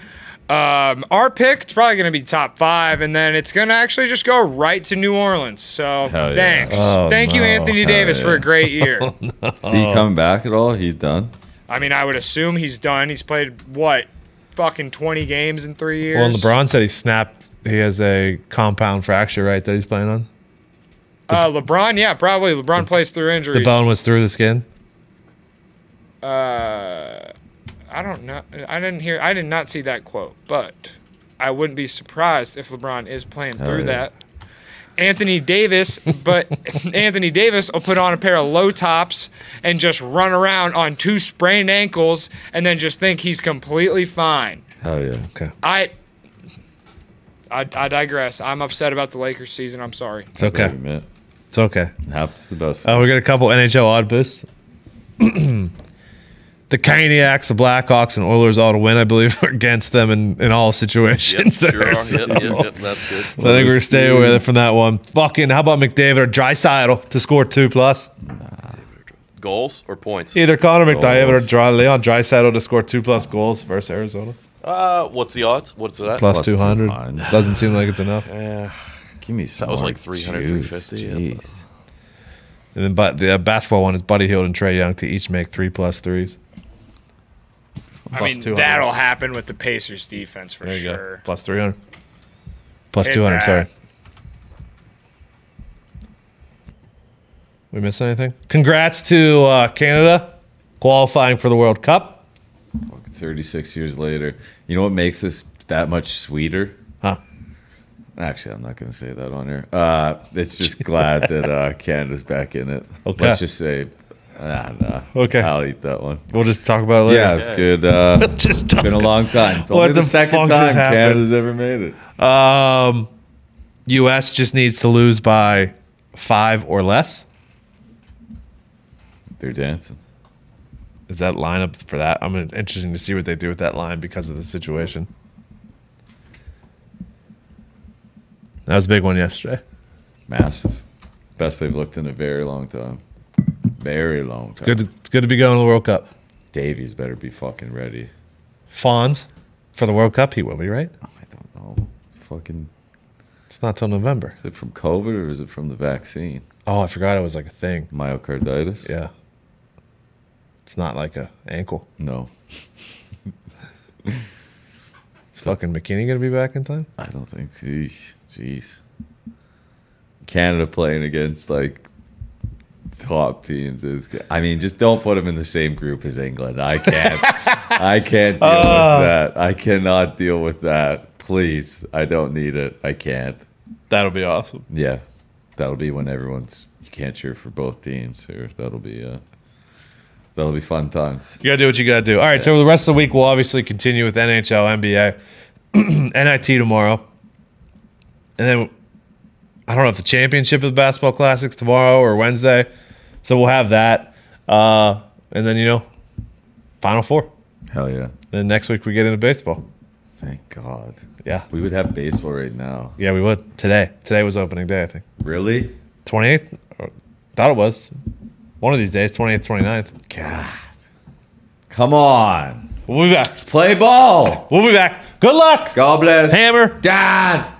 Speaker 3: Um, our pick it's probably going to be top five, and then it's going to actually just go right to New Orleans. So
Speaker 2: Hell yeah.
Speaker 3: thanks,
Speaker 1: Oh,
Speaker 3: thank you,
Speaker 1: no.
Speaker 3: Anthony
Speaker 2: Hell
Speaker 3: Davis, for
Speaker 2: yeah.
Speaker 3: a great year.
Speaker 2: Is he
Speaker 1: Oh.
Speaker 2: coming back at all? He done?
Speaker 3: I mean, I would assume he's done. He's played what, fucking twenty games in three years.
Speaker 1: Well, and LeBron said he snapped. He has a compound fracture, right? That he's playing on.
Speaker 3: Uh, LeBron, yeah, probably LeBron plays through injuries.
Speaker 1: The bone was through the skin.
Speaker 3: Uh, I don't know. I didn't hear. I did not see that quote, but I wouldn't be surprised if LeBron is playing
Speaker 1: Oh,
Speaker 3: through
Speaker 2: yeah.
Speaker 3: that. Anthony Davis, but Anthony Davis will put on a pair of low tops and just run around on two sprained ankles, and then just think he's completely fine.
Speaker 2: Hell yeah.
Speaker 1: Okay,
Speaker 3: I, I, I digress. I'm upset about the Lakers season. I'm sorry.
Speaker 1: it's okay.
Speaker 2: man.
Speaker 1: It's okay.
Speaker 2: Happens the best.
Speaker 1: Uh, we got a couple NHL odd boosts. the Caniacs, the Blackhawks, and Oilers all to win. I believe are against them in, in all
Speaker 4: Yep,
Speaker 1: situations.
Speaker 4: sure,
Speaker 1: there,
Speaker 4: yep,
Speaker 1: so-
Speaker 4: yep, yep, that's good.
Speaker 1: So I think we're gonna stay away from that one. Fucking, how about McDavid or Drysaddle to score two plus?
Speaker 4: Goals or points?
Speaker 1: Either Connor McDavid or
Speaker 2: Goals.
Speaker 1: Dry, Leon Drysaddle to score two plus goals versus Arizona.
Speaker 4: Uh, what's the odds? What's that?
Speaker 1: Plus,
Speaker 2: Plus
Speaker 1: two hundred
Speaker 2: 200.
Speaker 1: doesn't seem like it's enough. And
Speaker 2: Give me some.
Speaker 4: was
Speaker 2: more
Speaker 4: like 300,
Speaker 2: juice,
Speaker 4: 350, yeah, but-
Speaker 2: Jeez.
Speaker 1: then, but the uh, basketball one is Buddy Hield and Trey Young to each make three plus threes.
Speaker 3: I
Speaker 1: Plus
Speaker 3: mean,
Speaker 1: 200.
Speaker 3: that'll happen with the Pacers defense for
Speaker 1: There you
Speaker 3: sure.
Speaker 1: go, plus three hundred, plus
Speaker 3: Hit
Speaker 1: two hundred.
Speaker 3: that.
Speaker 1: Sorry, we miss anything? Congrats to uh, Canada qualifying for the World Cup.
Speaker 2: Fuck, 36 years later. You know what makes this that much sweeter?
Speaker 1: Huh.
Speaker 2: Actually, I'm not going to say that on air. Uh, it's just glad that uh, Canada's back in it.
Speaker 1: Okay.
Speaker 2: Let's just say, nah, nah.
Speaker 1: Okay.
Speaker 2: I'll eat that one.
Speaker 1: We'll just talk about it later.
Speaker 2: Yeah, it's good. Uh,
Speaker 1: Just talk
Speaker 2: been a long time. It's
Speaker 1: What
Speaker 2: only the,
Speaker 1: the
Speaker 2: second
Speaker 1: fuck just
Speaker 2: time
Speaker 1: happened?
Speaker 2: Canada's ever made it.
Speaker 1: Um, U.S. just needs to lose by five or less.
Speaker 2: They're dancing.
Speaker 1: Is that lineup for that? I'm interesting to see what they do with that line because of the situation. That was a big one yesterday.
Speaker 2: Massive. Best they've looked in a very long time. Very long time.
Speaker 1: Good. To, it's good to be going to the World Cup.
Speaker 2: Davies better be fucking ready.
Speaker 1: Fawns for the World Cup, he will be right.
Speaker 2: I don't know. It's fucking.
Speaker 1: It's not till November.
Speaker 2: Is it from COVID or is it from the vaccine?
Speaker 1: Oh, I forgot it was like a thing.
Speaker 2: Myocarditis?
Speaker 1: Yeah, it's not like a ankle.
Speaker 2: No.
Speaker 1: It's Fucking McKinney gonna be back in time?
Speaker 2: I don't think. Eesh, Jeez. Canada playing against like top teams is. I mean, just don't put them in the same group as England. I can't. I can't deal with that. I cannot deal with that. Please, I don't need it. I can't.
Speaker 1: That'll be awesome.
Speaker 2: Yeah, that'll be when everyone's. You can't cheer for both teams here. That'll be. Uh, that'll be fun times.
Speaker 1: You gotta do what you gotta do. All right, so the rest of the week we'll obviously continue with NHL, NBA, NIT tomorrow, and then I don't know if the championship of the basketball classics tomorrow or Wednesday. So we'll have that, uh, and then you know, Final Four.
Speaker 2: Hell yeah!
Speaker 1: Then next week we get into baseball.
Speaker 2: Thank God.
Speaker 1: Yeah,
Speaker 2: We would have baseball right now.
Speaker 1: yeah, we would today. Today was opening day, I think.
Speaker 2: Really?
Speaker 1: Twenty eighth, thought it was. One of these days, 28th, 29th.
Speaker 2: God. Come on.
Speaker 1: We'll be back.
Speaker 2: Play ball.
Speaker 1: We'll be back. Good luck.
Speaker 2: God bless.
Speaker 1: Hammer.
Speaker 2: Dad.